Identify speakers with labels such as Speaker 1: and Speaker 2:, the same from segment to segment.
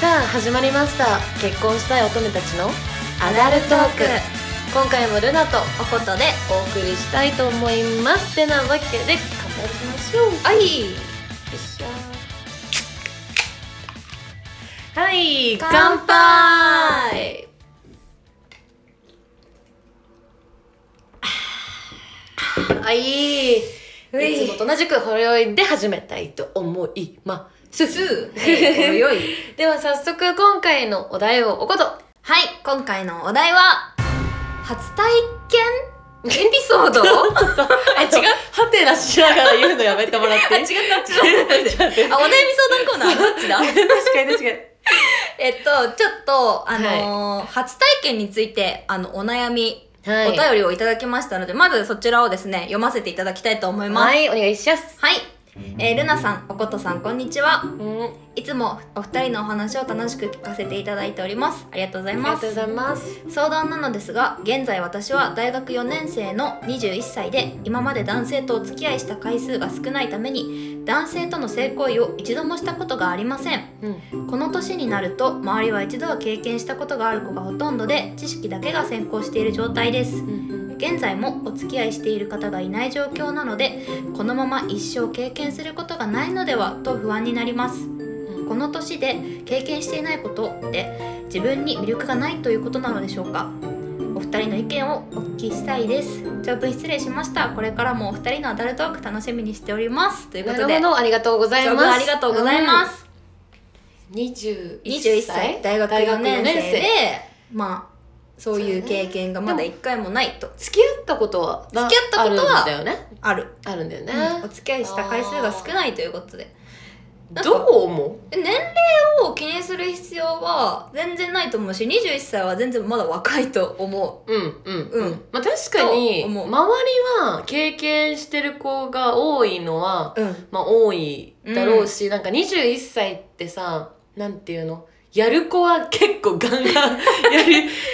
Speaker 1: さあ始まりました結婚したい乙女たちのアダルトーク今回もルナと
Speaker 2: おことで
Speaker 1: お送りしたいと思いますてなわけで乾杯しましょう
Speaker 2: はい
Speaker 1: はい
Speaker 2: 乾杯
Speaker 1: あいいいう
Speaker 2: い
Speaker 1: つもと同じくほろ酔いで始めたいと思います
Speaker 2: すはいよい
Speaker 1: では早速今回のお題をおこと
Speaker 2: はい今回のお題は初体験エピソ ード
Speaker 1: あ違うハテナしながら言うのやめてもらっ
Speaker 2: あ違った
Speaker 1: て
Speaker 2: 違ったあお悩み相談コーナーどっちだ
Speaker 1: 確かに確かに
Speaker 2: えっとちょっとあのー初体験についてあのお悩み、
Speaker 1: はい
Speaker 2: お便りをいただきましたのでまずそちらをですね読ませていただきたいと思います
Speaker 1: はいお願いします
Speaker 2: はい、えー、ルナさんおことさんこんにちは
Speaker 1: うんあ
Speaker 2: いつもお二人のお話を楽しく聞かせていただいておりますありがとうござい
Speaker 1: り
Speaker 2: ま
Speaker 1: がとうご
Speaker 2: す
Speaker 1: ざいます
Speaker 2: 相談なのですが現在私は大学4年生の21歳で今まで男性とお付き合いした回数が少ないために男性との性行為を一度もしたことがありません
Speaker 1: うん
Speaker 2: この年になると周りは一度は経験したことがある子がほとんどで知識だけが先行している状態で
Speaker 1: う
Speaker 2: す
Speaker 1: ん
Speaker 2: 現在もお付き合いしている方がいない状況なのでこのまま一生経験することがないのではと不安になります
Speaker 1: うん
Speaker 2: この年で経験していないことって自分に魅力がないということなのでしょうかお二人の意見をお聞きしたいです長文失礼しましたこれからもお二人のアダルトーク楽しみにしておりますというこ
Speaker 1: な
Speaker 2: と
Speaker 1: る
Speaker 2: で
Speaker 1: ほどありがとうござい
Speaker 2: 長
Speaker 1: ます
Speaker 2: 文ありがとうございま、す、
Speaker 1: うん、21歳
Speaker 2: 21歳大学4年生で
Speaker 1: 大学四年
Speaker 2: まあそういう経験がまだ一回もないと
Speaker 1: 付き合ったことは
Speaker 2: 付き合ったことは
Speaker 1: あるんだよね
Speaker 2: ある、
Speaker 1: あるんだよね、
Speaker 2: お付き合いした回数が少ないということでなんか
Speaker 1: どう思
Speaker 2: え年齢を気にする必要は全然ないと思うし21歳は全然まだ若いと思う
Speaker 1: ううんうん
Speaker 2: うん
Speaker 1: まあ、確かに
Speaker 2: と
Speaker 1: 周
Speaker 2: 思う
Speaker 1: りは経験してる子が多いのは
Speaker 2: うん、
Speaker 1: まあ、多いだろうし、なんか21歳ってさなんていうのやる子は結構ガンガ ンやる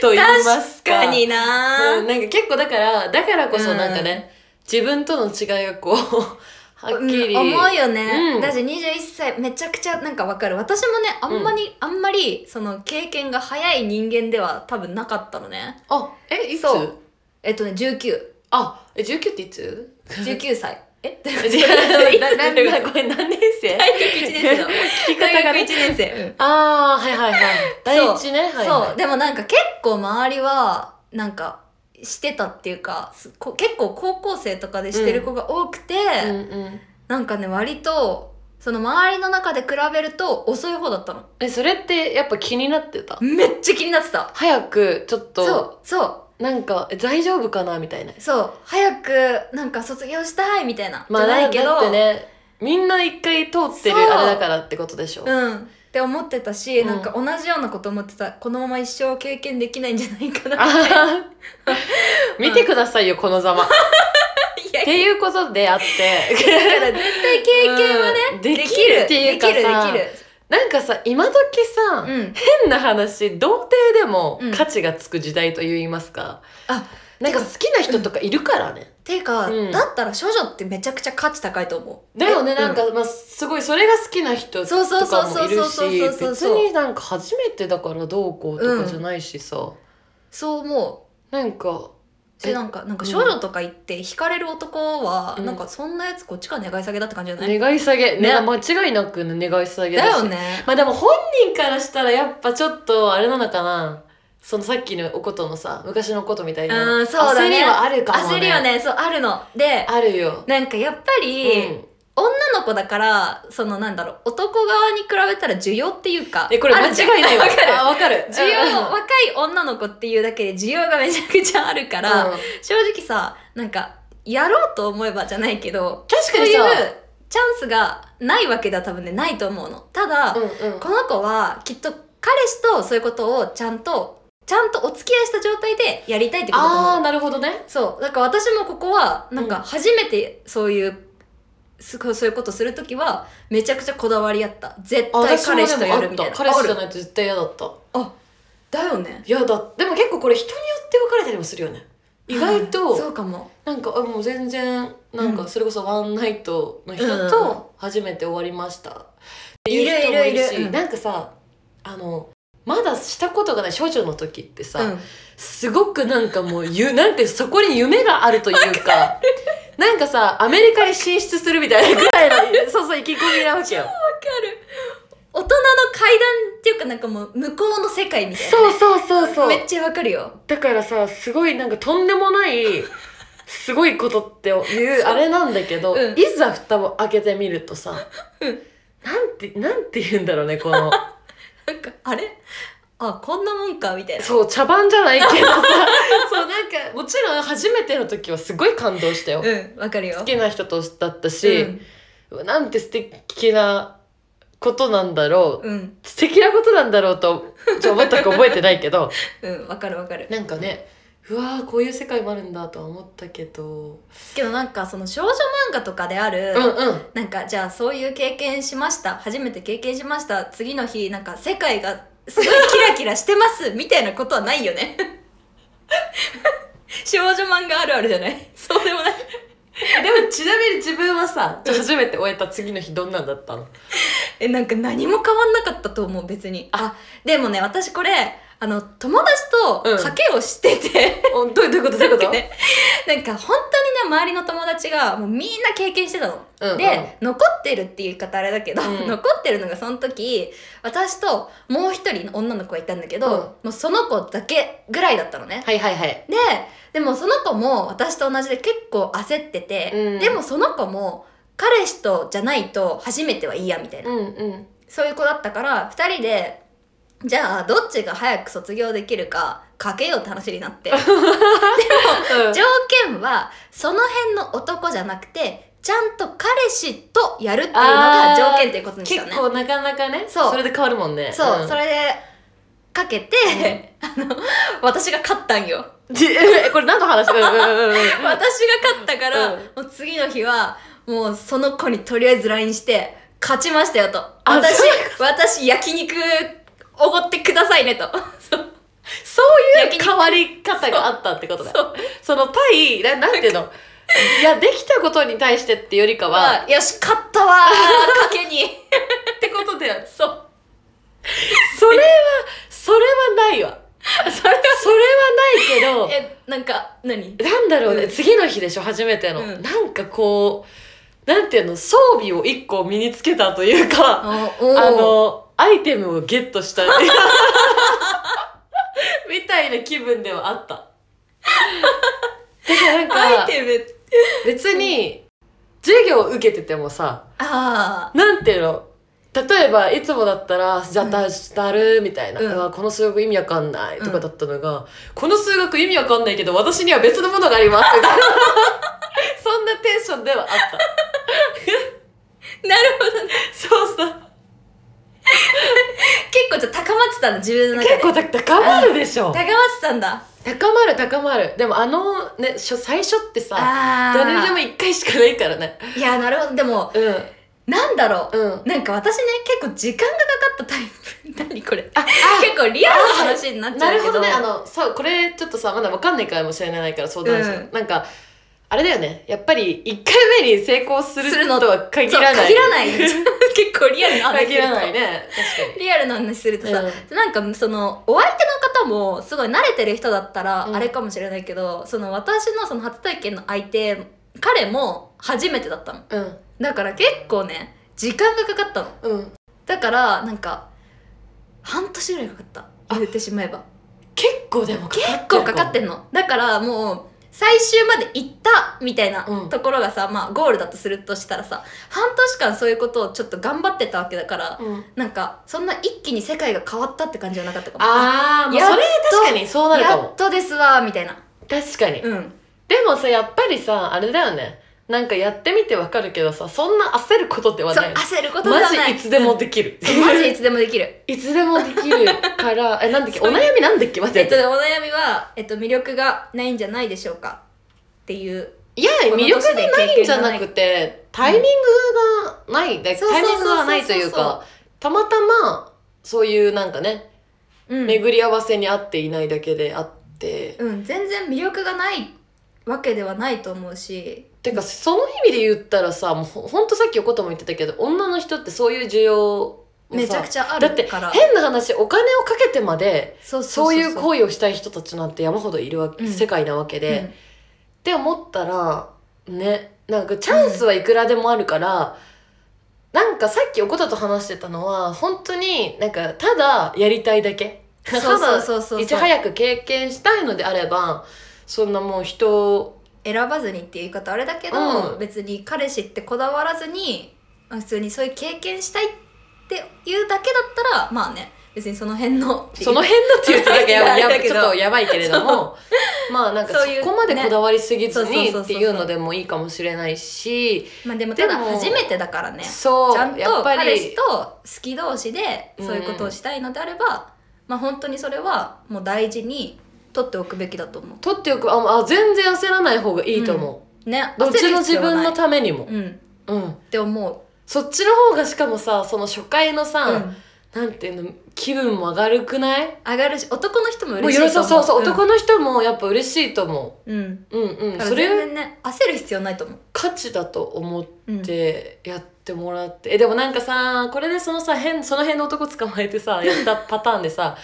Speaker 1: と言います
Speaker 2: 確
Speaker 1: か
Speaker 2: かにな、
Speaker 1: うんなんか結構だからだからこそなんかね、自分との違いがこう はっきり、
Speaker 2: うん思うよね、
Speaker 1: うん
Speaker 2: だし21歳めちゃくちゃなんかわかる私もねあんまり、あんまりその経験が早い人間では多分なかったのね
Speaker 1: あえいつ
Speaker 2: そうえっとね1919
Speaker 1: あえ19ってい つ
Speaker 2: 歳 え
Speaker 1: 違うなななこれ何年生
Speaker 2: 大学1年生の
Speaker 1: 聞き方が
Speaker 2: 大
Speaker 1: ね
Speaker 2: 学1年生、うん
Speaker 1: ああはいはいはい第一ねはいはい
Speaker 2: そうでもなんか結構周りはなんかしてたっていうかすこ結構高校生とかでしてる子が多くて、
Speaker 1: うんうん
Speaker 2: なんかね割とその周りの中で比べると遅い方だったの
Speaker 1: えそれってやっぱ気になってた
Speaker 2: めっちゃ気になってた
Speaker 1: 早くちょっと
Speaker 2: そうそ
Speaker 1: なんか、え大丈夫かなみたいな
Speaker 2: う。そう早くなんか卒業したいみたいな、
Speaker 1: まあ、
Speaker 2: じゃ
Speaker 1: だ
Speaker 2: ないけど
Speaker 1: だってね、みんな一回通ってる
Speaker 2: そう
Speaker 1: あれだからってことでしょ。
Speaker 2: うんって思ってたし、
Speaker 1: うん
Speaker 2: なんか同じようなこと思ってたこのまま一生経験できないんじゃないかな
Speaker 1: あは は見てくださいよ、このざま。っ
Speaker 2: いや
Speaker 1: ていうことであ って。
Speaker 2: だから絶対経験はね、
Speaker 1: うんできるっていうかさ
Speaker 2: できるできる
Speaker 1: なんかさ、今時さ、
Speaker 2: うん
Speaker 1: 変な話、童貞でも
Speaker 2: うん
Speaker 1: 価値がつく時代と言いますか。
Speaker 2: あ
Speaker 1: なんか好きな人とかいるからね。
Speaker 2: ていうか、
Speaker 1: うん
Speaker 2: だったら処女ってめちゃくちゃ価値高いと思う
Speaker 1: だよね、
Speaker 2: え
Speaker 1: なんか、まあ、すごい、それが好きな人と
Speaker 2: そうそうそ
Speaker 1: か
Speaker 2: う
Speaker 1: も
Speaker 2: そう
Speaker 1: いる
Speaker 2: そう
Speaker 1: し、
Speaker 2: そうそうそう
Speaker 1: 別になんか初めてだからどうこうとかじゃないしさ、
Speaker 2: そう思
Speaker 1: なんか、
Speaker 2: うし
Speaker 1: え
Speaker 2: なんかなんか処女とか言って惹かれる男は、
Speaker 1: うん
Speaker 2: なんかそんなやつこっちが願い下げだって感じじゃない、
Speaker 1: 願い下げ、ね、
Speaker 2: ね
Speaker 1: 間違いなくね願い下げ
Speaker 2: だ
Speaker 1: し
Speaker 2: よね
Speaker 1: まあでも本人からしたらやっぱちょっとあれなのかなそのさっきのおことのさ昔のことみたいな、
Speaker 2: うんそうだね
Speaker 1: 焦りはあるかも、ね、
Speaker 2: 焦りはねそうあるので
Speaker 1: あるよ、
Speaker 2: なんかやっぱり、
Speaker 1: うん
Speaker 2: 女の子だからそのなんだろう男側に比べたら需要っていうか
Speaker 1: えこれ
Speaker 2: あ
Speaker 1: 間
Speaker 2: るじゃん
Speaker 1: 違いないわ
Speaker 2: わかる
Speaker 1: あわかる
Speaker 2: 需要若い女の子っていうだけで需要がめちゃくちゃあるから、
Speaker 1: うん
Speaker 2: 正直さなんかやろうと思えばじゃないけど
Speaker 1: 確
Speaker 2: そう
Speaker 1: かに
Speaker 2: い
Speaker 1: さ
Speaker 2: うチャンスがないわけでは多分ねないと思うのただ、
Speaker 1: うんうん
Speaker 2: この子はきっと彼氏とそういうことをちゃんとちゃんとお付き合いした状態でやりたいってことだと思
Speaker 1: あ
Speaker 2: う
Speaker 1: あなるほどね
Speaker 2: そうだから私もここはなん
Speaker 1: う
Speaker 2: か初めてそういう、すそういうことする時はめちゃくちゃこだわりあった絶
Speaker 1: あ
Speaker 2: 対
Speaker 1: 私も
Speaker 2: 彼氏と
Speaker 1: でも
Speaker 2: や
Speaker 1: あ
Speaker 2: る
Speaker 1: っ
Speaker 2: みたい
Speaker 1: た
Speaker 2: な
Speaker 1: 彼氏じゃ
Speaker 2: ある
Speaker 1: ないと絶対嫌だった
Speaker 2: だよね
Speaker 1: 嫌だでも結構これ人によって別れたりもするよね意外
Speaker 2: うん
Speaker 1: と
Speaker 2: そうかも
Speaker 1: なんかあもう全然なん
Speaker 2: う
Speaker 1: か
Speaker 2: ん
Speaker 1: それこそワンナイトの人
Speaker 2: うんうんうん
Speaker 1: と初めて終わりましたっていう人もいるし
Speaker 2: いるいるいるうん
Speaker 1: なんかさあのまだしたことがない少女の時ってさ、
Speaker 2: うん
Speaker 1: すごくなんかもうゆなんかそこに夢があるというかなんかさアメリカに進出するみたいなぐらいのそうそう意気込みなわけよ
Speaker 2: わかる大人の階段っていうかなんかもう向こうの世界みたいな
Speaker 1: そうそうそうそう
Speaker 2: めっちゃわかるよ
Speaker 1: だからさすごいなんかとんでもないすごいことって いうあれなんだけど、
Speaker 2: うん
Speaker 1: いざ蓋を開けてみるとさ、
Speaker 2: うん
Speaker 1: なんてなんて言うんだろうねこの
Speaker 2: なんかあれあこんなもんかみたいな
Speaker 1: そう茶番じゃないけどさ そうなんかもちろん初めての時はすごい感動したよ、
Speaker 2: うんわかるよ
Speaker 1: 好きな人とだったし、うわなんて素敵なことなんだろう、
Speaker 2: うんうん
Speaker 1: 素敵なことなんだろうとちょ全く覚えてないけど
Speaker 2: うんわかるわかる
Speaker 1: なんかねうわーこういう世界もあるんだとは思ったけど
Speaker 2: けどなんかその少女漫画とかである、
Speaker 1: うんうん
Speaker 2: なんかじゃあそういう経験しました初めて経験しました次の日なんか世界がすごいキラキラしてます みたいなことはないよね 少女漫画あるあるじゃない そうでもない
Speaker 1: でもちなみに自分はさじゃあ初めて終えた次の日どんなんだったの
Speaker 2: えなんか何も変わんなかったと思う別にあでもね私これあの友達と
Speaker 1: うん
Speaker 2: 賭けをしてて、
Speaker 1: おどういうどういうことどういうこと、
Speaker 2: ねなんか本当にね周りの友達がもうみんな経験してたの
Speaker 1: うんうん
Speaker 2: で、残ってるっていう言い方あれだけど、
Speaker 1: うん
Speaker 2: 残ってるのがその時私ともう一人の女の子がいたんだけど、
Speaker 1: うん
Speaker 2: もうその子だけぐらいだったのね。
Speaker 1: はいはいはい
Speaker 2: ででもその子も私と同じで結構焦ってて、
Speaker 1: うん
Speaker 2: でもその子も彼氏とじゃないと初めてはいいやみたいな、
Speaker 1: うんうん
Speaker 2: そういう子だったから2人でじゃあどっちが早く卒業できるかかけようって話になって 条件はその辺の男じゃなくてちゃんと彼氏とやるっていうのが条件っていうことにした
Speaker 1: 結
Speaker 2: ね
Speaker 1: 構なかなかね
Speaker 2: そう
Speaker 1: それで変わるもんね
Speaker 2: そう、
Speaker 1: ん
Speaker 2: それでかけて、 あの私が勝ったんよ
Speaker 1: じ えこれ何の話うん うんうんうん
Speaker 2: 私が勝ったから、
Speaker 1: うん
Speaker 2: もう次の日はもうその子にとりあえず LINE して「勝ちましたよ」と「
Speaker 1: あ
Speaker 2: 私
Speaker 1: そう
Speaker 2: 私焼肉おごってくださいね」 と
Speaker 1: そうい
Speaker 2: 焼
Speaker 1: う
Speaker 2: 肉
Speaker 1: 変わり方があったってことだ
Speaker 2: そう
Speaker 1: その対ななんていうの いやできたことに対してってよりかは
Speaker 2: は よし勝ったわー 賭けに
Speaker 1: ってことだよ
Speaker 2: そう
Speaker 1: それはそれはないわ
Speaker 2: それ
Speaker 1: それ はないけど
Speaker 2: えなんか何
Speaker 1: なんだろうね、
Speaker 2: うん
Speaker 1: 次の日でしょ初めての、
Speaker 2: うん
Speaker 1: なんかこうなんていうの装備を一個身につけたというか、
Speaker 2: あお
Speaker 1: あのアイテムをゲット したっていうみたいな気分ではあった。 だからな
Speaker 2: アイ
Speaker 1: んか
Speaker 2: テム
Speaker 1: 別に授業を受けててもさ
Speaker 2: あ
Speaker 1: なんていうの例えばいつもだったら「じゃあだ,、だる」みたいな、
Speaker 2: うん
Speaker 1: うわこの数学意味わかんない」とかだったのが、この数学意味わかんないけど私には別のものがあります」みたいなそんなテンションではあった
Speaker 2: あなるほどね
Speaker 1: そうそう
Speaker 2: 結構じゃあ高まってたんだ自分の中で
Speaker 1: 結構だ高まるでしょ
Speaker 2: 高まってたんだ
Speaker 1: 高まる高まるでもあのねしょ最初ってさ
Speaker 2: あ
Speaker 1: 誰にでも1回しかないからね
Speaker 2: いやなるほどでも
Speaker 1: うん
Speaker 2: なんだろう、
Speaker 1: うん
Speaker 2: なんか私ね結構時間がかかったタイプ何これ
Speaker 1: あ
Speaker 2: 結構リアルな話になっち
Speaker 1: な
Speaker 2: ゃう
Speaker 1: る
Speaker 2: け
Speaker 1: ほ
Speaker 2: ど
Speaker 1: どねあのそうこれちょっとさまだわかんないかもしれないから相談し
Speaker 2: う
Speaker 1: て、
Speaker 2: ん
Speaker 1: なんかあれだよねやっぱり1回目に成功する
Speaker 2: するの
Speaker 1: とは限ら
Speaker 2: そう
Speaker 1: ない
Speaker 2: 限らない 結構リアルな話
Speaker 1: 限らないね確
Speaker 2: リアルな話するとさ、
Speaker 1: う
Speaker 2: なんかそのお相手の方もすごい慣れてる人だったら
Speaker 1: うん
Speaker 2: あれかもしれないけど、その私のその初体験の相手彼も初めてだったの
Speaker 1: かに
Speaker 2: だから結構ね時間がかかったの
Speaker 1: うんうん
Speaker 2: だからなんか半年ぐらいかかった言ってしまえば
Speaker 1: 結構でもかかってる
Speaker 2: 結構かかってんのだからもう最終まで行ったみたいな
Speaker 1: うん
Speaker 2: ところがさ、まあゴールだとするとしたらさ半年間そういうことをちょっと頑張ってたわけだから、
Speaker 1: うん
Speaker 2: なんかそんな一気に世界が変わったって感じはなかったかも
Speaker 1: あーま
Speaker 2: や
Speaker 1: あ
Speaker 2: っ
Speaker 1: そ
Speaker 2: と
Speaker 1: れ確かにそうなるか
Speaker 2: や
Speaker 1: も
Speaker 2: っとですわみたいな
Speaker 1: 確かに、
Speaker 2: うん
Speaker 1: でもさやっぱりさあれだよねなんかやってみてわかるけどさそんな焦ることでは
Speaker 2: そう
Speaker 1: ない
Speaker 2: 焦ることじゃ
Speaker 1: マ
Speaker 2: ない
Speaker 1: ジいつでもできる、
Speaker 2: そうマジいつでもできる
Speaker 1: いつでもできるからえなんだっけお悩みなんだっけ待って
Speaker 2: えっとねお悩みは、えっと、魅力がないんじゃないでしょうかっていう
Speaker 1: いや
Speaker 2: この
Speaker 1: 魅力がないんじゃな
Speaker 2: 年で経験がな
Speaker 1: くてタイミングがない、だ
Speaker 2: そうそう
Speaker 1: タイ
Speaker 2: そ
Speaker 1: ミ
Speaker 2: うそう
Speaker 1: ングがないというかたまたまそういうなんかね、
Speaker 2: うん、
Speaker 1: 巡り合わせに合っていないだけであって、
Speaker 2: うん、全然魅力がないわけではないと思うして
Speaker 1: かその意味で言ったらさもうほほんとさっきおことも言ってたけど女の人ってそういう需要
Speaker 2: めちゃくちゃあ
Speaker 1: だ
Speaker 2: る
Speaker 1: って
Speaker 2: から
Speaker 1: 変な話お金をかけてまで
Speaker 2: そう
Speaker 1: そういう
Speaker 2: 為
Speaker 1: 行為をしたい人たちなんて山ほどいるわけ、
Speaker 2: うん
Speaker 1: 世界なわけで、って思ったらねなんかチャンスはいくらでもあるから、なんかさっきおこたと話してたのは本当になんかただやりたいだけ
Speaker 2: そうそうそう
Speaker 1: た
Speaker 2: そ
Speaker 1: だ
Speaker 2: う
Speaker 1: いち早く経験したいのであればそんなもう人を
Speaker 2: 選ばずにっていう言い方あれだけど、
Speaker 1: うん
Speaker 2: 別に彼氏ってこだわらずにまあ普通にそういう経験したいっていうだけだったらまあね別にその辺のっていう
Speaker 1: その辺だって言うとなんか や
Speaker 2: あれ
Speaker 1: や
Speaker 2: だけ
Speaker 1: ち
Speaker 2: ど
Speaker 1: ょっとやばいけれども まあなんか
Speaker 2: そ
Speaker 1: そ
Speaker 2: ういう
Speaker 1: こまで
Speaker 2: ね
Speaker 1: こだわりすぎず
Speaker 2: そうそう
Speaker 1: に
Speaker 2: そうそう
Speaker 1: っていうのでもいいかもしれないし
Speaker 2: まあでもただ
Speaker 1: でも
Speaker 2: 初めてだからね
Speaker 1: そう
Speaker 2: ちゃんと
Speaker 1: やっぱ
Speaker 2: 彼氏
Speaker 1: り
Speaker 2: と好き同士でそういうことをしたいのであれば、まあ本当にそれはもう大事に取っておくべきだと思
Speaker 1: 取っておくああ全然焦らない方がいいと思
Speaker 2: うね
Speaker 1: う、どっちの自分の
Speaker 2: た
Speaker 1: ためにも
Speaker 2: めうん
Speaker 1: うん
Speaker 2: って思う、
Speaker 1: そっちの方がしかもさその初回のさ、
Speaker 2: うん
Speaker 1: なんていうの気分も明るくない
Speaker 2: 上がるし男の人も
Speaker 1: もう
Speaker 2: 嬉し
Speaker 1: よろ
Speaker 2: いと
Speaker 1: そう
Speaker 2: 思う
Speaker 1: そうそう、
Speaker 2: ん
Speaker 1: 男の人もやっぱ嬉しいと思
Speaker 2: う
Speaker 1: う
Speaker 2: ん
Speaker 1: うんうん
Speaker 2: だから
Speaker 1: そ
Speaker 2: 全
Speaker 1: れ
Speaker 2: 然ね焦る必要ないと思う、
Speaker 1: 価値だと思っ
Speaker 2: うん、
Speaker 1: てやってもらって、えでもなんかさこれでそのさ変その辺の男捕まえてさやったパターンでさ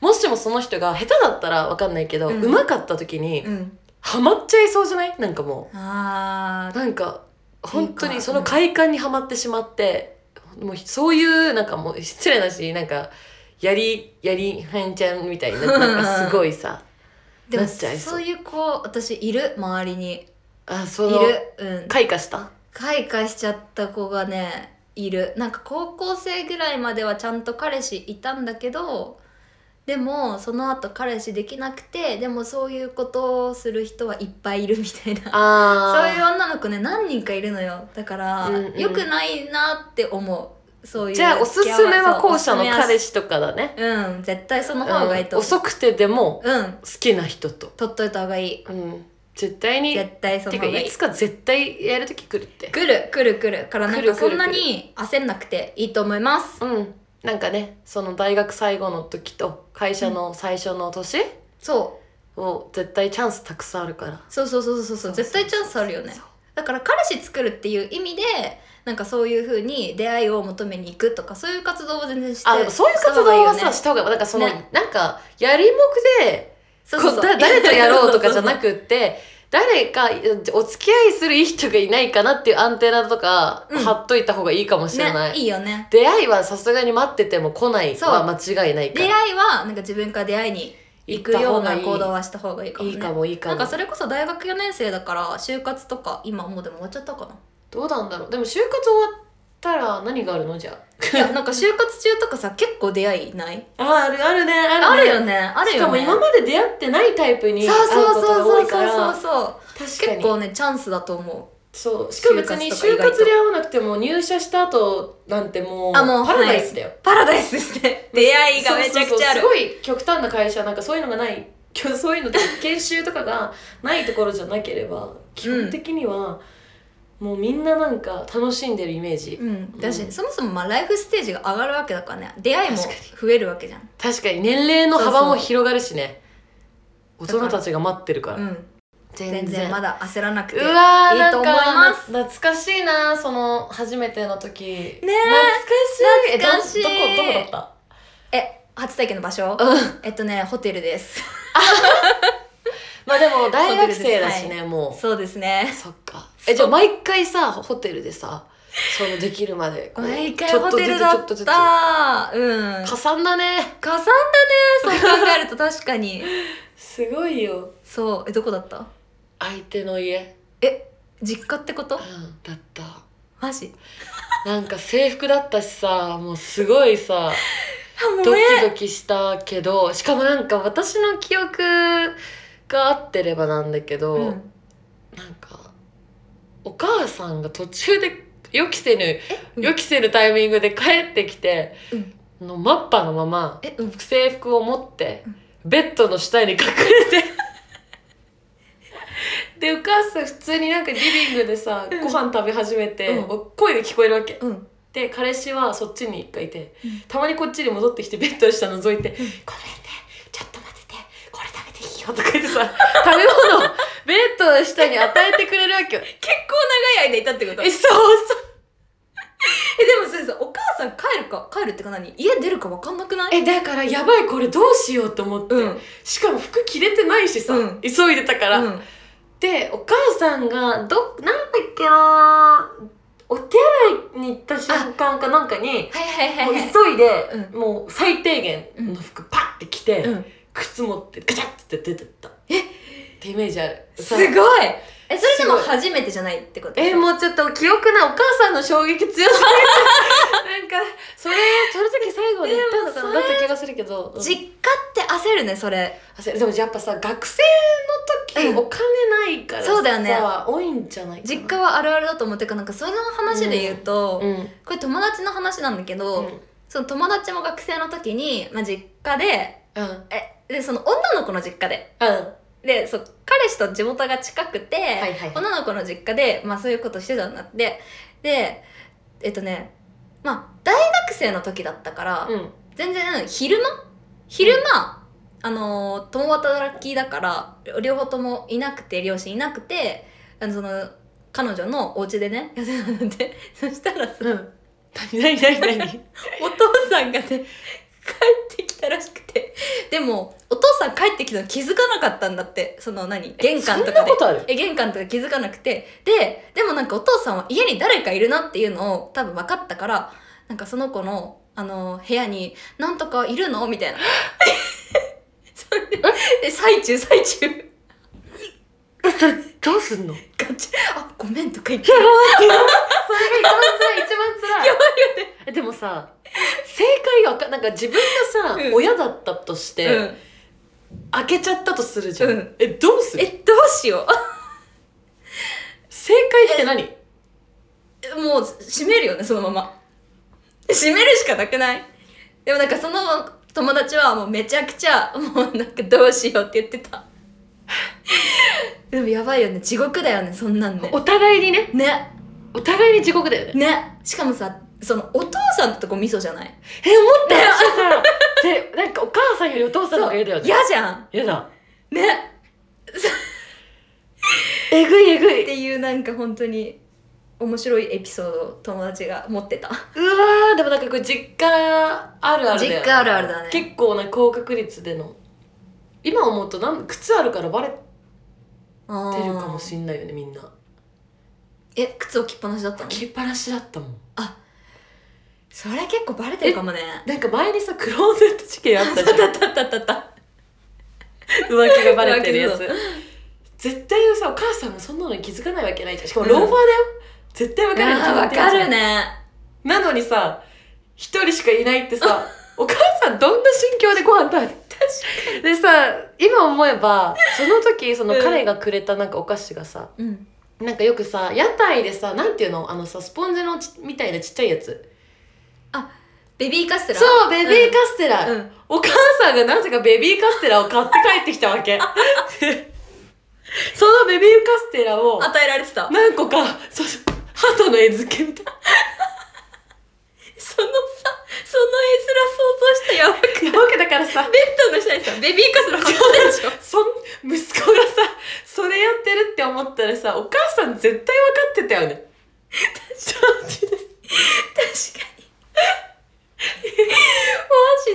Speaker 1: もしもその人が下手だったらわかんないけど、
Speaker 2: うん
Speaker 1: うま、かった時に、
Speaker 2: うん、うん、
Speaker 1: ハマっちゃいそうじゃないなんかも
Speaker 2: あ
Speaker 1: うなんか本当
Speaker 2: いい
Speaker 1: に
Speaker 2: か
Speaker 1: その快感にはまってしまって、もうそういうなんかもう失礼だしなんかやりやりはんちゃんみたいな なんかすごいさ
Speaker 2: ーでも
Speaker 1: なっちゃいそう
Speaker 2: そういう子私いる周りに
Speaker 1: あ
Speaker 2: い
Speaker 1: その
Speaker 2: る、うん、
Speaker 1: 開花した
Speaker 2: 開花しちゃった子がねいるなんか高校生ぐらいまではちゃんと彼氏いたんだけどでもその後彼氏できなくてでもそういうことをする人はいっぱいいるみたいな
Speaker 1: あ
Speaker 2: そういう
Speaker 1: う
Speaker 2: 女の子ね何人かいるのよだから、
Speaker 1: うんうん
Speaker 2: よくないなって思うそういう
Speaker 1: じゃあおすすめは後者の彼
Speaker 2: 氏
Speaker 1: 氏とかだね、
Speaker 2: うん絶対その方がいいと
Speaker 1: うん
Speaker 2: 思
Speaker 1: 遅くてでも
Speaker 2: ううん
Speaker 1: 好きな人と、
Speaker 2: 取っといた方がいい
Speaker 1: うん、絶対に
Speaker 2: 絶対その
Speaker 1: て
Speaker 2: 方が
Speaker 1: か
Speaker 2: い
Speaker 1: い
Speaker 2: い
Speaker 1: つか絶対やる時来るって
Speaker 2: くるくるくるからなん
Speaker 1: 来
Speaker 2: か
Speaker 1: る来る
Speaker 2: そんなに焦んなくていいと思います
Speaker 1: うんなんかねその大学最後の時と会社の最初の年
Speaker 2: そう
Speaker 1: を絶対チャンスたくさんあるから
Speaker 2: そうそうそうそうそう絶対チャンスあるよね
Speaker 1: そう
Speaker 2: だから彼氏作るっていう意味でなんかそういうふうに出会いを求めに行くとかそういう活動を全然して
Speaker 1: あでもそういう活動はさ
Speaker 2: し
Speaker 1: した方がいいなんかその、
Speaker 2: ね
Speaker 1: なんかやりもくで
Speaker 2: た方がいいよねそうそうそ
Speaker 1: こ
Speaker 2: う
Speaker 1: うだ誰とやろうとかじゃなく って誰かお付き合いするいい人がいないかなっていうアンテナとか
Speaker 2: うん
Speaker 1: 貼っといた方がいいかもしれない、
Speaker 2: ねいいよね
Speaker 1: 出会いはさすがに待ってても来ない
Speaker 2: そう
Speaker 1: は間違いないか
Speaker 2: 出
Speaker 1: ら
Speaker 2: 会いはなんか自分から出会いに行くような行動
Speaker 1: は
Speaker 2: はした方がいいかも、
Speaker 1: い
Speaker 2: ね、
Speaker 1: いかもいいか
Speaker 2: な
Speaker 1: も
Speaker 2: んかそれこそ大学4年生だから就活とか今もうでも終わっちゃったかな
Speaker 1: どうなんだろうでも就活終わったら何があるのじゃ
Speaker 2: いやなんか就活中とかさ結構出会いない
Speaker 1: あああるあるねあ
Speaker 2: あるよ
Speaker 1: ね
Speaker 2: ねある
Speaker 1: しか
Speaker 2: よ
Speaker 1: も
Speaker 2: ね
Speaker 1: 今まで出会ってないタイプに会
Speaker 2: そう
Speaker 1: う
Speaker 2: そう
Speaker 1: ことが
Speaker 2: そ
Speaker 1: 多
Speaker 2: う
Speaker 1: い
Speaker 2: そ
Speaker 1: か
Speaker 2: うそう
Speaker 1: ら
Speaker 2: そう
Speaker 1: 確か
Speaker 2: 結
Speaker 1: に
Speaker 2: 構ねチャンスだと思う
Speaker 1: そうしかも別に
Speaker 2: 就活と
Speaker 1: 就
Speaker 2: か意外と
Speaker 1: 活で会わなくても入社した後なんてもう
Speaker 2: あもう
Speaker 1: パラダイスだよ、
Speaker 2: パラダイスですね 出会いがめちゃくちゃある
Speaker 1: そうそうそうすごい極端な会社なんかそういうのがない きょそういうのって研修とかがないところじゃなければ基本的には、もうみんななんか楽しんでるイメージ、
Speaker 2: うん、だし、
Speaker 1: うん
Speaker 2: そもそもまあライフステージが上がるわけだからね出会いも
Speaker 1: 確か
Speaker 2: 増えるわけじゃん
Speaker 1: 確かに年齢の幅も広がるしね
Speaker 2: うそう
Speaker 1: 大人たちが待ってるから
Speaker 2: うん、全然まだ焦らなくて
Speaker 1: うわー
Speaker 2: いいと思います
Speaker 1: なんか懐かしいなその初めての時ね懐かしい
Speaker 2: え懐かしい
Speaker 1: えどどこどこだった
Speaker 2: え初体験の場所、えっとねホテルです
Speaker 1: まあでも大学生だしね、もう
Speaker 2: そうですね
Speaker 1: そっか。
Speaker 2: そ
Speaker 1: え、
Speaker 2: う
Speaker 1: じゃあ毎回さ、ホテルでさ、そのできるまで。こう
Speaker 2: 毎回
Speaker 1: ちょ
Speaker 2: ホ
Speaker 1: っとず
Speaker 2: テ
Speaker 1: つ
Speaker 2: ルだ
Speaker 1: ちょっ
Speaker 2: っ
Speaker 1: とずつ。
Speaker 2: たうん
Speaker 1: かさんだね。
Speaker 2: かさんだねそう考えると確かに
Speaker 1: すごいよ。
Speaker 2: そうえどこだった
Speaker 1: 相手の家。
Speaker 2: え実家ってこと
Speaker 1: うん、だった。
Speaker 2: マジ
Speaker 1: なんか制服だったしさ、もうすごいさ、
Speaker 2: あ
Speaker 1: ドキドキしたけど、しかもなんか私の記憶が合ってればなんだけど、
Speaker 2: うん、
Speaker 1: なんか、お母さんが途中で予期せぬ、
Speaker 2: うん
Speaker 1: 予期せぬタイミングで帰ってきて、
Speaker 2: うん
Speaker 1: のマッパのまま、
Speaker 2: えうん
Speaker 1: 制服を持って
Speaker 2: うん
Speaker 1: ベッドの下に隠 れてでお母さん普通になんかリビングでさ
Speaker 2: うん
Speaker 1: ご飯食べ始めて、
Speaker 2: うん
Speaker 1: お声が聞こえるわけ
Speaker 2: うん
Speaker 1: で彼氏はそっちに一回いて、
Speaker 2: うん
Speaker 1: たまにこっちに戻ってきてベッドの下覗いて「ごめんね
Speaker 2: ん
Speaker 1: ちょっと待っててこれ食べていいよ」とか言って さ食べ物をベッドの下に与えてくれる わけよ
Speaker 2: 結構長い間いたってこと
Speaker 1: えそうそう
Speaker 2: えでもそれさお母ささ帰るか帰るってか何家出るか分かんなくない
Speaker 1: えだからやばいこれどうしようと思って、
Speaker 2: うん
Speaker 1: しかも服着れてないしさ、
Speaker 2: うん
Speaker 1: 急いでたから、
Speaker 2: うん
Speaker 1: でお母さんがどなんだっけなお手洗いに行った瞬間かなんかに
Speaker 2: はいはいは
Speaker 1: もう
Speaker 2: いはい
Speaker 1: 急いで、
Speaker 2: う
Speaker 1: もう最低限の服パッて着て、
Speaker 2: うん
Speaker 1: 靴持ってガチャッて出てったえってイメージある
Speaker 2: すごいえそれですも
Speaker 1: ごい
Speaker 2: 初めてじゃないってこと
Speaker 1: えもうちょっと記憶ないお母さんの衝撃強 すぎてなんかそれその時最後に言ったのかなだった気がするけど、うん
Speaker 2: 実家って焦るねそれ
Speaker 1: 焦るでもやっぱさ学生の時、
Speaker 2: うん
Speaker 1: お金ないからさ
Speaker 2: そうだよね
Speaker 1: 多いんじゃないかな
Speaker 2: 実家はあるあるだと思ってかなんかその話で言うと、
Speaker 1: うん、
Speaker 2: これ友達の話なんだけど、
Speaker 1: うん
Speaker 2: その友達も学生の時に、まあ、実家で
Speaker 1: うん
Speaker 2: えでその女の子の実家で
Speaker 1: は
Speaker 2: でそう彼氏と地元が近くて、
Speaker 1: いはいはい
Speaker 2: 女の子の実家で、まあ、そういうことしてたんだってでえっとねまあ大学生の時だったから、
Speaker 1: うん
Speaker 2: 全然昼間昼間、あのー共働きだから両方ともいなくて両親いなくてあのその彼女のお家でねやってたんだって そしたらさ、
Speaker 1: うん何何何何
Speaker 2: お父さんがね帰ってきたらしくてでもお父さん帰ってきたの気づかなかったんだってその何玄関と
Speaker 1: そん
Speaker 2: か
Speaker 1: な
Speaker 2: で
Speaker 1: ことある
Speaker 2: え玄関とか気づかなくてででもなんかお父さんは家に誰かいるなっていうのを多分分かったからなんかその子のあの部屋に「なんとかいるの?」み たいなそれでで最中最中
Speaker 1: えそれどうすんのそれ
Speaker 2: ガチあごめん」とか言ってやば
Speaker 1: が一番辛い一番辛い
Speaker 2: いよね
Speaker 1: えでもさ正解がわかなんか自分がさ、
Speaker 2: うん
Speaker 1: 親だったとして、
Speaker 2: うん
Speaker 1: 開けちゃったとするじゃん、
Speaker 2: うん
Speaker 1: えどうす
Speaker 2: え
Speaker 1: る
Speaker 2: どうしよ
Speaker 1: 正解って何
Speaker 2: うもう閉めるよねそのまま閉めるしかなくないでもなんかその友達はもうめちゃくちゃもうなんかどうしようって言ってたでもやばいよね地獄だよねそんなんね
Speaker 1: お互いにね
Speaker 2: ね
Speaker 1: お互いに地獄だよね
Speaker 2: ねしかもさそのお父さんってとこ味噌じゃない
Speaker 1: え思ったよ私さでなんかお母さんよりお父さんの方が嫌だよね
Speaker 2: 嫌じゃん
Speaker 1: 嫌だ
Speaker 2: ね
Speaker 1: えぐいえぐ
Speaker 2: っ
Speaker 1: い
Speaker 2: ていうなんか本当に面白いエピソードを友達が持ってた
Speaker 1: うわーでもなんかこれ実家あるあるだよね
Speaker 2: 実家あるあるだね
Speaker 1: 結構な高確率での今思うとなん靴あるからバレて
Speaker 2: 出
Speaker 1: るかもしんないよねみんな
Speaker 2: え靴置きっぱなしだったの
Speaker 1: 着っぱなしだったもん
Speaker 2: それ結構バレてるかもね
Speaker 1: なんか前にさクローゼット事件あ
Speaker 2: あ
Speaker 1: っ
Speaker 2: ったた
Speaker 1: じゃん
Speaker 2: たたたたた
Speaker 1: 浮気がバレてるや
Speaker 2: 浮気
Speaker 1: つ絶対さお母さんもそんなのに気づかないわけないじゃんしかもローファーだよ、絶対わかる
Speaker 2: あーわかるね
Speaker 1: なのにさ、一人しかいないって さ、お母さんどんな心境でご飯食べてでさ、今思えば、その時、その
Speaker 2: うん
Speaker 1: 彼がくれたなんかお菓子がさ、
Speaker 2: うん
Speaker 1: なんかよくさ、屋台でさ、なんていうのあのさ、スポンジのちみたいなちっちゃいやつ。
Speaker 2: ベビーカステラ
Speaker 1: そう、ベビーカステラ。
Speaker 2: うん
Speaker 1: お母さんがなぜかベビーカステラを買って帰ってきたわ け。そのベビーカステラを、
Speaker 2: 与えられてた
Speaker 1: 何個か、そう、鳩の絵付けみたいな。
Speaker 2: そのさその絵面想像してやばくな
Speaker 1: わけ
Speaker 2: い
Speaker 1: だからさ、
Speaker 2: ベッドの下にさベビーカステラ貼ってるでしょ
Speaker 1: そん息子がさそれやってるって思ったらさお母さん絶対分かってたよね確かに
Speaker 2: 確かに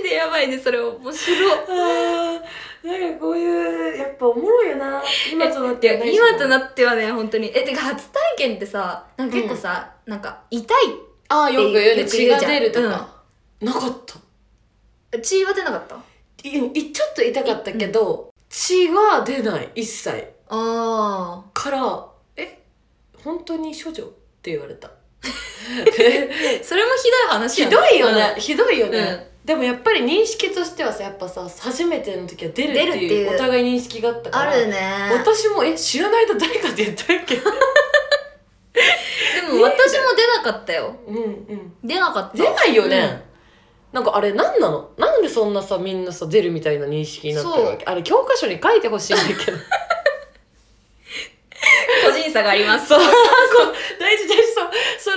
Speaker 2: マジでやばいねそれ面白い
Speaker 1: あーなんかこういうやっぱおもろいよな今となってはない
Speaker 2: い
Speaker 1: し
Speaker 2: や今となってはね本当にえてか初体験ってさなんか結構さ、なんか痛い
Speaker 1: ああよく言うね
Speaker 2: よく
Speaker 1: 血
Speaker 2: 言う
Speaker 1: が
Speaker 2: じゃん
Speaker 1: 出るとか、なかった
Speaker 2: 血は出なかったあ
Speaker 1: いいちょっと痛かったけど、血は出ない一切
Speaker 2: あ
Speaker 1: からえ本当に処女って言われたで
Speaker 2: それも ひどい話
Speaker 1: ひ
Speaker 2: や
Speaker 1: どいよね、ひどいよね、
Speaker 2: うん
Speaker 1: でもやっぱり認識としてはさやっぱさ初めての時は出るって
Speaker 2: 出るって
Speaker 1: い
Speaker 2: いうう
Speaker 1: お互い認識があったか
Speaker 2: あ
Speaker 1: ら
Speaker 2: るね
Speaker 1: 私もえ知らないと誰かって言ったっけ
Speaker 2: でも私も出なかったよ
Speaker 1: うんうん
Speaker 2: 出なかった
Speaker 1: 出ないよね、なんかあれ何なのなんでそんなさみんなさ出るみたいな認識になってるわけあれ教科書に書いてほしいんだ けど
Speaker 2: 個人差がありま す
Speaker 1: そう大事大事そうそ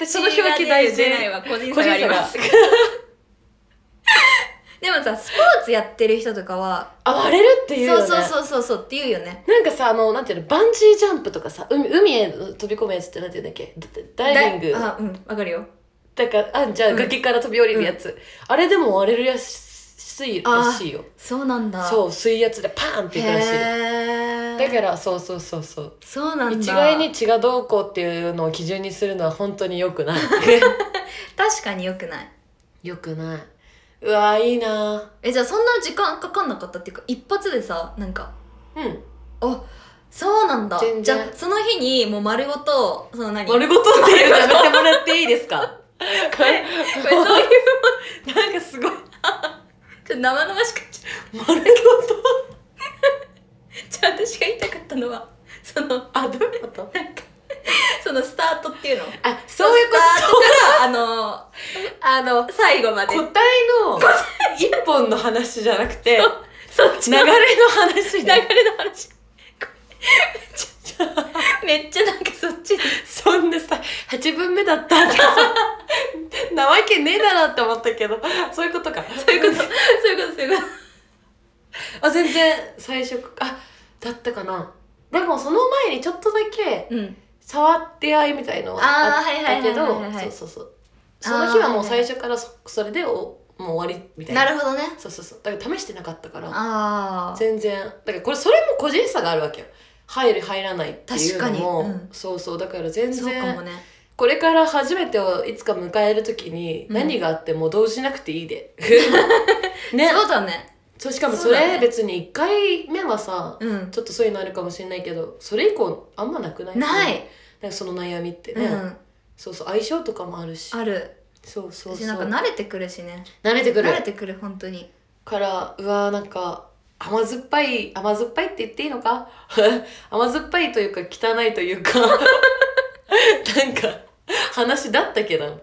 Speaker 1: れその表記大事
Speaker 2: 出ないは個人
Speaker 1: 個
Speaker 2: 差
Speaker 1: 人差
Speaker 2: がありま
Speaker 1: が
Speaker 2: すでもさスポーツやってる人とかは、
Speaker 1: あ割れるっていうよ
Speaker 2: そ
Speaker 1: ね
Speaker 2: うそうそうそうそうって言うよね
Speaker 1: なんかさあのなんていうのバンジージャンプとかさ海海へ飛び込むやつってなんていうんだっけダダイビング
Speaker 2: だあうんわかるよ
Speaker 1: だからあじゃあ
Speaker 2: うん
Speaker 1: 崖から飛び降りるやつ、あれでも割れるやすいらしいよ
Speaker 2: そうなんだ
Speaker 1: そう水圧でパーンっていくらしいよ
Speaker 2: へー
Speaker 1: だからそうそうそうそう
Speaker 2: そうなんだ
Speaker 1: 一概に血がどうこうっていうのを基準にするのは本当に良 くない
Speaker 2: 確かによくない
Speaker 1: 良くないうわいいな
Speaker 2: えじゃあそんな時間かかんなかったっていうか一発でさなんか
Speaker 1: うん
Speaker 2: そうなんだ
Speaker 1: 全然
Speaker 2: じゃあその日にもう丸ごとその何
Speaker 1: 丸ごとっていうのやめてもらっていいですかこれ
Speaker 2: これ そういう
Speaker 1: なんかすごい
Speaker 2: ちょっと生々しくち
Speaker 1: 丸ごと
Speaker 2: ょっと私が言いたかったのはその
Speaker 1: あどういうこと
Speaker 2: なんかそのスタートっていうの
Speaker 1: あそういうこ
Speaker 2: スタートからあ
Speaker 1: とあの
Speaker 2: の最後まで
Speaker 1: 個体の一本の話じゃなくて
Speaker 2: そっ
Speaker 1: 流れの話
Speaker 2: 流
Speaker 1: で
Speaker 2: れの話 めっちゃなんかそっちに
Speaker 1: そんなさ8分目だ ったってさなわけねえだろって思ったけどそういうことか
Speaker 2: そういうことそういうことそういうこ
Speaker 1: あ全然最初あだったかなでもその前にちょっとだけ
Speaker 2: とうん
Speaker 1: 触って合いみたいのはあ
Speaker 2: あーはい
Speaker 1: った
Speaker 2: はいはい
Speaker 1: け
Speaker 2: はい
Speaker 1: ど
Speaker 2: はいはい
Speaker 1: そうそうそうその日はもう最初からそそれでおもう終わりみたいな
Speaker 2: るほどね
Speaker 1: そうそうそうだから試してなかったから
Speaker 2: ああ
Speaker 1: 全然だからこれそれも個人差があるわけよ入る入らないっていうのも、
Speaker 2: 確かにうん
Speaker 1: そうそうだから全
Speaker 2: そうかも
Speaker 1: 然
Speaker 2: ね
Speaker 1: これから初めてをいつか迎える時に
Speaker 2: うん
Speaker 1: 何があっても動じなくていいで、 ね
Speaker 2: そうだね
Speaker 1: そうしかも
Speaker 2: そ
Speaker 1: そう
Speaker 2: だね
Speaker 1: れ別に1回目はさ
Speaker 2: うん
Speaker 1: ちょっとそういうのあるかもしれないけどそれ以降あんまなくない
Speaker 2: ない
Speaker 1: なんかその悩みって
Speaker 2: う
Speaker 1: ね、
Speaker 2: ん
Speaker 1: そうそう相性とかもあるし
Speaker 2: ある
Speaker 1: そうそう
Speaker 2: 私
Speaker 1: そ
Speaker 2: なんか
Speaker 1: う
Speaker 2: 慣れてくるしね
Speaker 1: 慣れてくる
Speaker 2: 慣れてくる本当に
Speaker 1: からうわーなんか甘酸っぱい甘酸っぱいって言っていいのか 甘酸っぱいというか汚いというか なんか話だったけど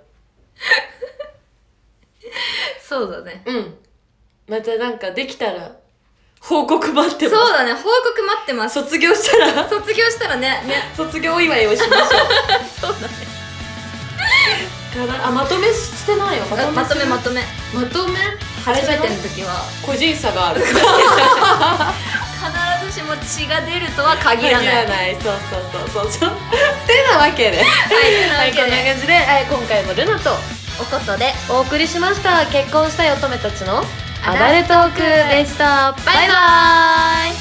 Speaker 2: そうだね
Speaker 1: うんまたなんかできたら報告待っ
Speaker 2: そ
Speaker 1: て
Speaker 2: う
Speaker 1: ます
Speaker 2: だね報告待ってます
Speaker 1: 卒業したら
Speaker 2: 卒業したらねね
Speaker 1: 卒業お祝いをしまし
Speaker 2: そうだね
Speaker 1: ょうからあまとめしてないよまとめ
Speaker 2: まとめま
Speaker 1: ま
Speaker 2: とめ
Speaker 1: まとめ
Speaker 2: 初めての
Speaker 1: の
Speaker 2: 時は
Speaker 1: 個人差があ る
Speaker 2: 必ずしも血が出るとは限
Speaker 1: 限ら
Speaker 2: らない
Speaker 1: ないそうそうそうそうそう ってなわけでは、
Speaker 2: はいい
Speaker 1: こんな感じで、えー今回もルナと
Speaker 2: おことで
Speaker 1: お送りしました。結婚したい乙女たちのア
Speaker 2: ア
Speaker 1: ダ
Speaker 2: ダ
Speaker 1: ルトークでした。バイバーイ